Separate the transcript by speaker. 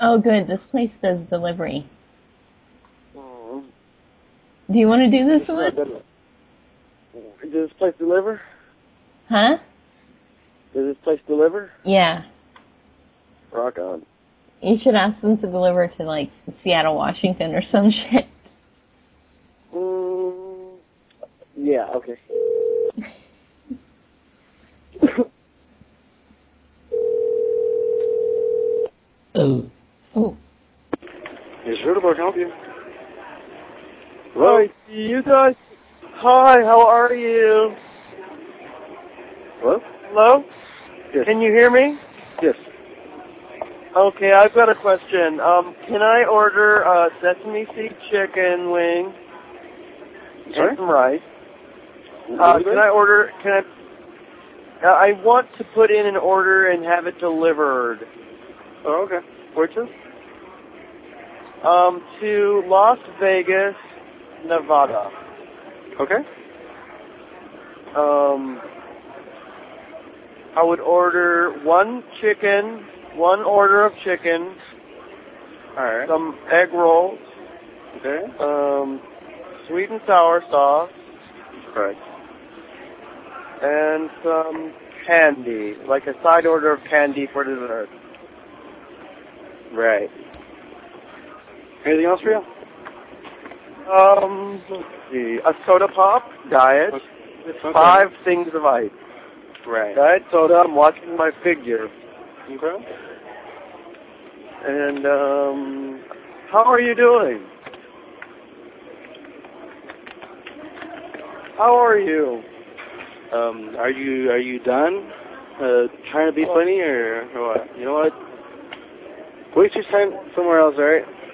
Speaker 1: Oh, good. This place does delivery.
Speaker 2: Oh,
Speaker 1: Do you want to do
Speaker 2: this
Speaker 1: this
Speaker 2: is not
Speaker 1: one?
Speaker 2: done. Does this place deliver?
Speaker 1: Huh?
Speaker 2: Does this place deliver?
Speaker 1: Yeah.
Speaker 2: Rock on.
Speaker 1: You should ask them to deliver to like Seattle, Washington, or some shit.
Speaker 2: Mm, yeah, okay.
Speaker 3: Oh.
Speaker 1: Oh.
Speaker 4: Is Rudeberg help you?
Speaker 2: Hello, you guys. Hi, how are you?
Speaker 4: Hello?
Speaker 2: Hello?
Speaker 4: Yes.
Speaker 2: Can you hear me?
Speaker 4: Yes.
Speaker 2: Okay, I've got a question. Um, can I order uh, sesame seed chicken wing
Speaker 4: Sorry?
Speaker 2: and some rice? Uh, can I order? Can I? Uh, I want to put in an order and have it delivered.
Speaker 4: Oh, okay. Where's this?
Speaker 2: Um, to Las Vegas, Nevada.
Speaker 4: Okay.
Speaker 2: Um, I would order one chicken, one order of chicken,
Speaker 4: Alright.
Speaker 2: some egg rolls,
Speaker 4: Okay.
Speaker 2: um, sweet and sour sauce,
Speaker 4: Right.
Speaker 2: and some candy, like a side order of candy for dessert.
Speaker 4: Right. Anything else for you?
Speaker 2: Um, let's see, a soda pop diet,
Speaker 4: Okay.
Speaker 2: five things of ice.
Speaker 4: Right.
Speaker 2: Diet soda. I'm watching my figure.
Speaker 4: Okay.
Speaker 2: And um, how are you doing? How are you?
Speaker 4: Um, are you are you done uh, trying to be funny or, or what? You know what? Waste your time somewhere else, all right?